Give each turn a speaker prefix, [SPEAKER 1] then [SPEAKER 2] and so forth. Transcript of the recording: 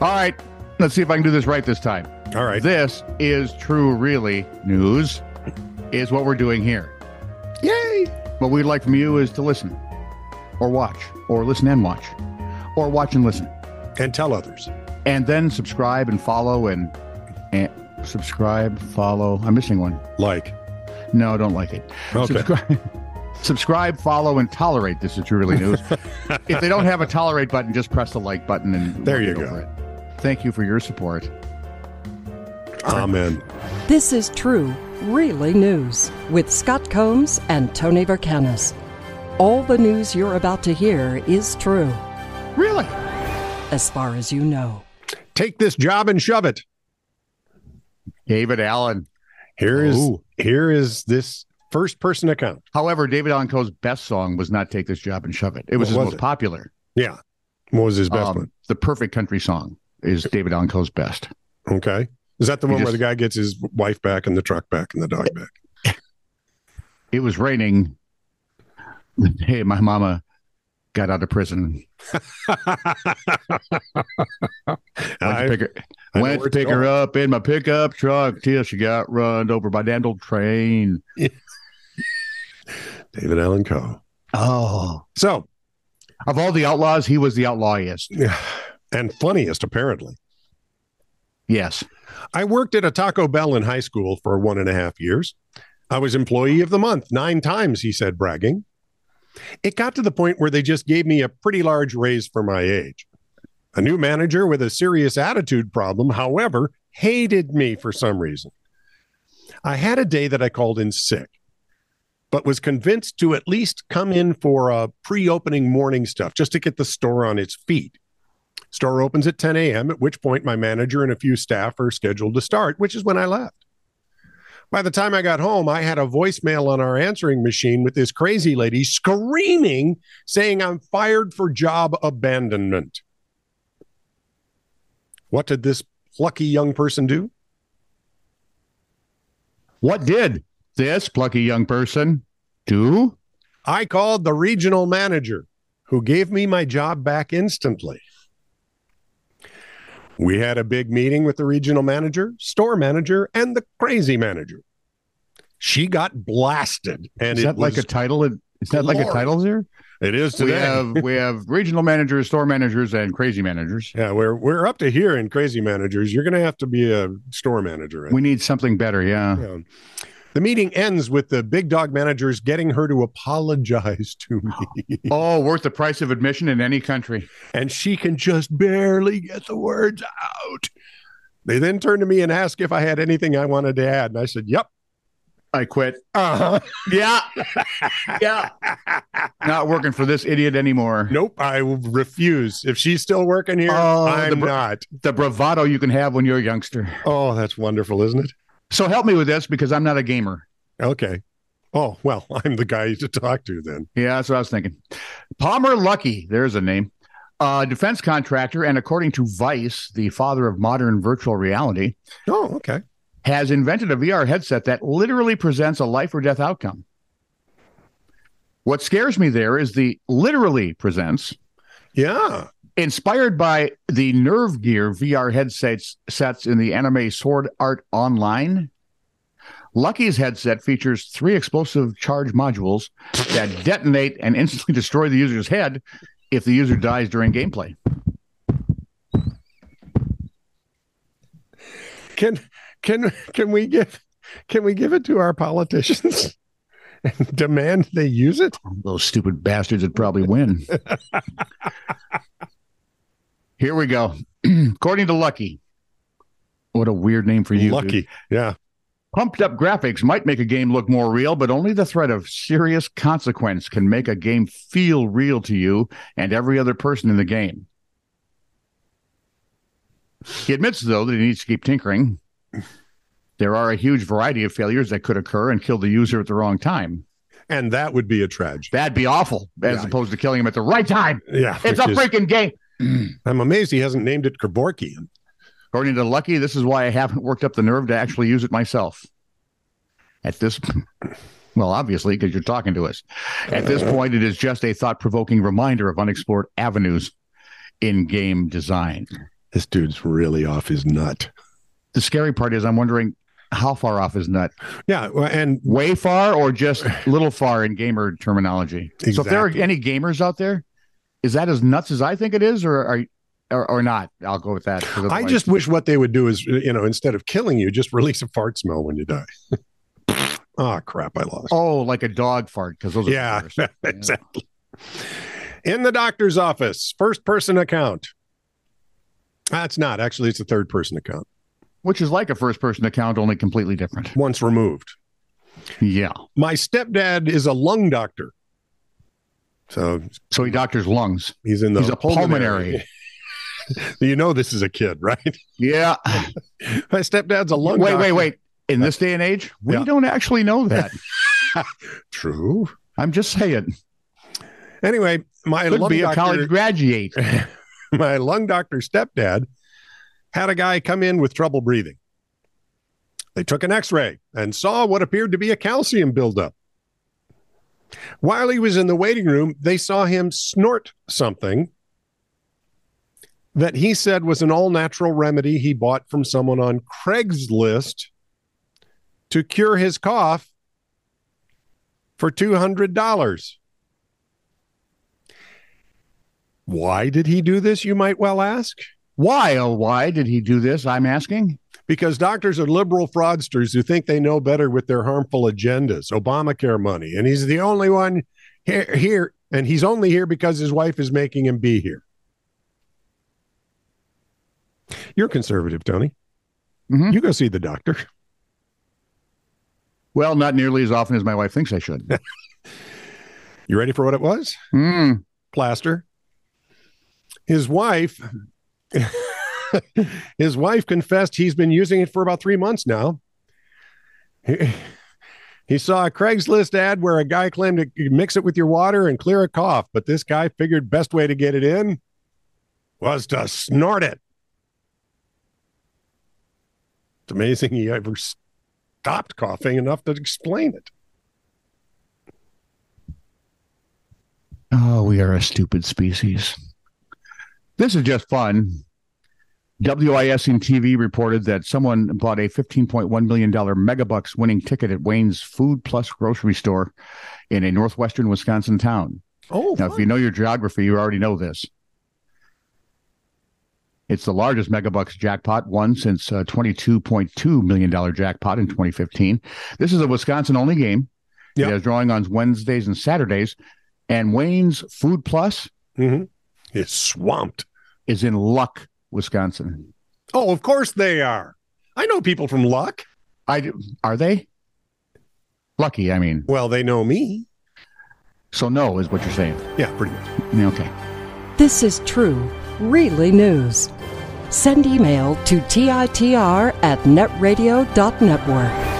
[SPEAKER 1] All right. Let's see if I can do this right this time.
[SPEAKER 2] All right.
[SPEAKER 1] This is true, really. News is what we're doing here. Yay! What we'd like from you is to listen or watch or listen and watch or watch and listen
[SPEAKER 2] And tell others.
[SPEAKER 1] and then subscribe and follow and, and subscribe, follow. I'm missing one.
[SPEAKER 2] Like.
[SPEAKER 1] No, don't like it.
[SPEAKER 2] Okay.
[SPEAKER 1] Subscribe, subscribe, follow, and tolerate. This is true, really news. if they don't have a tolerate button, just press the like button and
[SPEAKER 2] There
[SPEAKER 1] we'll
[SPEAKER 2] you
[SPEAKER 1] get
[SPEAKER 2] go.
[SPEAKER 1] over It. Thank you for your support.
[SPEAKER 2] Amen.
[SPEAKER 3] This is True, Really News with Scott Combs and Tony Vercanis. All the news you're about to hear is true,
[SPEAKER 1] Really?
[SPEAKER 3] as far as you know.
[SPEAKER 2] Take this job and shove it.
[SPEAKER 1] David Allen.
[SPEAKER 2] Here is
[SPEAKER 1] Ooh.
[SPEAKER 2] here is this first person account.
[SPEAKER 1] However, David Allen Coe's best song was not Take This Job and Shove It. It was
[SPEAKER 2] What
[SPEAKER 1] his
[SPEAKER 2] was
[SPEAKER 1] most
[SPEAKER 2] it?
[SPEAKER 1] popular.
[SPEAKER 2] Yeah. What was his best
[SPEAKER 1] Um,
[SPEAKER 2] one?
[SPEAKER 1] The Perfect Country Song is David Allen Coe's best.
[SPEAKER 2] Okay. Is that the
[SPEAKER 1] he
[SPEAKER 2] one where
[SPEAKER 1] just-
[SPEAKER 2] the guy gets his wife back and the truck back and the dog back?
[SPEAKER 1] It was raining. Hey, my mama got out of prison. Went to
[SPEAKER 2] I-
[SPEAKER 1] pick her,
[SPEAKER 2] I know
[SPEAKER 1] went
[SPEAKER 2] where
[SPEAKER 1] to
[SPEAKER 2] it's
[SPEAKER 1] pick her
[SPEAKER 2] going.
[SPEAKER 1] up in my pickup truck till she got run over by damn old train.
[SPEAKER 2] David Allen Coe.
[SPEAKER 1] Oh.
[SPEAKER 2] So,
[SPEAKER 1] Of all the outlaws, he was the outlawiest.
[SPEAKER 2] and funniest apparently.
[SPEAKER 1] Yes.
[SPEAKER 2] I worked at a Taco Bell in high school for one and a half years. I was employee of the month nine times, he said, bragging. It got to the point where they just gave me a pretty large raise for my age. A new manager with a serious attitude problem, however, hated me for some reason. I had a day that I called in sick, but was convinced to at least come in for a pre opening morning stuff just to get the store on its feet. Store opens at 10 a.m., at which point my manager and a few staff are scheduled to start, which is when I left. By the time I got home, I had a voicemail on our answering machine with this crazy lady screaming, saying, I'm fired for job abandonment. What did this plucky young person do?
[SPEAKER 1] What did this plucky young person do?
[SPEAKER 2] I called the regional manager who gave me my job back instantly. We had a big meeting with the regional manager, store manager, and the crazy manager. She got blasted, and
[SPEAKER 1] Is
[SPEAKER 2] it
[SPEAKER 1] that like a
[SPEAKER 2] was-
[SPEAKER 1] title? in- Is that like a
[SPEAKER 2] Lord.
[SPEAKER 1] title there?
[SPEAKER 2] it is
[SPEAKER 1] We
[SPEAKER 2] today.
[SPEAKER 1] have we have regional managers, store managers, and crazy managers.
[SPEAKER 2] yeah, we're we're up to here in crazy managers. You're going to have to be a store manager. I
[SPEAKER 1] We need something better. Yeah.
[SPEAKER 2] Yeah. The meeting ends with the big dog managers getting her to apologize to me.
[SPEAKER 1] Oh, worth the price of admission in any country.
[SPEAKER 2] and she can just barely get the words out. They then turned to me and asked if I had anything I wanted to add. And I said, Yep.
[SPEAKER 1] I quit.
[SPEAKER 2] Uh-huh.
[SPEAKER 1] Yeah. yeah. Not working for this idiot anymore.
[SPEAKER 2] Nope. I will refuse. If she's still working here,
[SPEAKER 1] Oh, the
[SPEAKER 2] I'm
[SPEAKER 1] br-
[SPEAKER 2] not.
[SPEAKER 1] The bravado you can have when you're a youngster.
[SPEAKER 2] Oh, that's wonderful, isn't it?
[SPEAKER 1] So help me with this because I'm not a gamer.
[SPEAKER 2] Okay. Oh, well, I'm the guy to talk to then.
[SPEAKER 1] Yeah, that's what I was thinking. Palmer Lucky, there's a name, uh, defense contractor, and according to Vice, the father of modern virtual reality,
[SPEAKER 2] Oh, okay.
[SPEAKER 1] has invented a VR headset that literally presents a life or death outcome. What scares me there is the literally presents,
[SPEAKER 2] Yeah.
[SPEAKER 1] inspired by the Nerve Gear VR headsets sets in the anime Sword Art Online. Lucky's headset features three explosive charge modules that detonate and instantly destroy the user's head if the user dies during gameplay.
[SPEAKER 2] Can can can we give can we give it to our politicians and demand they use it?
[SPEAKER 1] Those stupid bastards would probably win. Here we go. According to Lucky, what a weird name for you. dude.
[SPEAKER 2] Lucky. Yeah.
[SPEAKER 1] Pumped up graphics might make a game look more real, but only the threat of serious consequence can make a game feel real to you and every other person in the game. He admits, though, that he needs to keep tinkering. There are a huge variety of failures that could occur and kill the user at the wrong time.
[SPEAKER 2] And that would be a tragedy.
[SPEAKER 1] That'd be awful, as
[SPEAKER 2] Yeah.
[SPEAKER 1] opposed to killing him at the right time.
[SPEAKER 2] Yeah.
[SPEAKER 1] It's a
[SPEAKER 2] which is-
[SPEAKER 1] freaking game.
[SPEAKER 2] I'm amazed he hasn't named it Kevorkian.
[SPEAKER 1] According to Lucky, this is why I haven't worked up the nerve to actually use it myself. At this, well, obviously, because you're talking to us. At
[SPEAKER 2] Uh-huh.
[SPEAKER 1] this point, it is just a thought provoking reminder of unexplored avenues in game design.
[SPEAKER 2] This dude's really off his nut.
[SPEAKER 1] The scary part is I'm wondering how far off his nut.
[SPEAKER 2] Yeah, well, and
[SPEAKER 1] Way far or just little far in gamer terminology. So if there are
[SPEAKER 2] Exactly.
[SPEAKER 1] any gamers out there, is that as nuts as I think it is or are or, or not? I'll go with that. 'cause
[SPEAKER 2] I
[SPEAKER 1] otherwise-
[SPEAKER 2] just wish what they would do is, you know, instead of killing you, just release a fart smell when you die. Ah, crap, I lost.
[SPEAKER 1] Oh, like a dog fart because those are
[SPEAKER 2] yeah,
[SPEAKER 1] the worst.
[SPEAKER 2] exactly. In the doctor's office, first person account. That's not actually, it's a third person account,
[SPEAKER 1] Which is like a first person account, only completely different.
[SPEAKER 2] once removed.
[SPEAKER 1] Yeah.
[SPEAKER 2] My stepdad is a lung doctor. So
[SPEAKER 1] So he doctors lungs.
[SPEAKER 2] he's in the
[SPEAKER 1] He's a pulmonary.
[SPEAKER 2] you know, this is a kid, right?
[SPEAKER 1] Yeah.
[SPEAKER 2] My stepdad's a lung
[SPEAKER 1] wait,
[SPEAKER 2] doctor.
[SPEAKER 1] wait, wait. In this day and age, we
[SPEAKER 2] Yeah.
[SPEAKER 1] don't actually know that.
[SPEAKER 2] True.
[SPEAKER 1] I'm just saying.
[SPEAKER 2] Anyway, my
[SPEAKER 1] Could
[SPEAKER 2] lung
[SPEAKER 1] be a
[SPEAKER 2] doctor,
[SPEAKER 1] college graduate.
[SPEAKER 2] my lung doctor stepdad had a guy come in with trouble breathing. They took an x ray and saw what appeared to be a calcium buildup. While he was in the waiting room, they saw him snort something that he said was an all natural remedy he bought from someone on Craigslist to cure his cough for $200. Why did he do this, you might well ask?
[SPEAKER 1] Why, oh, why did he do this? I'm asking.
[SPEAKER 2] Because doctors are liberal fraudsters who think they know better with their harmful agendas, Obamacare money. And he's the only one here, here and he's only here because his wife is making him be here. You're conservative, Tony.
[SPEAKER 1] Mhm.
[SPEAKER 2] You go see the doctor.
[SPEAKER 1] Well, not nearly as often as my wife thinks I should.
[SPEAKER 2] You ready for what it was?
[SPEAKER 1] Mm.
[SPEAKER 2] plaster. His wife, his wife confessed he's been using it for about three months now. He, he saw a Craigslist ad where a guy claimed to mix it with your water and clear a cough, but this guy figured best way to get it in was to snort it. It's amazing he ever stopped coughing enough to explain it.
[SPEAKER 1] Oh, we are a stupid species. This is just fun. WIS and TV reported that someone bought a $15.1 million megabucks winning ticket at Wayne's Food Plus grocery store in a northwestern Wisconsin town.
[SPEAKER 2] Oh,
[SPEAKER 1] Now, if you know your geography, you already know this. It's the largest megabucks jackpot won since uh, $22.2 million jackpot in 2015. This is a Wisconsin only game.
[SPEAKER 2] Yep.
[SPEAKER 1] It has drawing on Wednesdays and Saturdays. And Wayne's Food Plus
[SPEAKER 2] hmm it's swamped.
[SPEAKER 1] is in Luck, Wisconsin.
[SPEAKER 2] Oh, of course they are. I know people from Luck.
[SPEAKER 1] I, d- are they? Lucky, I mean.
[SPEAKER 2] Well, they know me.
[SPEAKER 1] So, no, is what you're saying.
[SPEAKER 2] Yeah, pretty much.
[SPEAKER 1] Okay.
[SPEAKER 3] This is true, really news. Send email to TITR at netradio.network.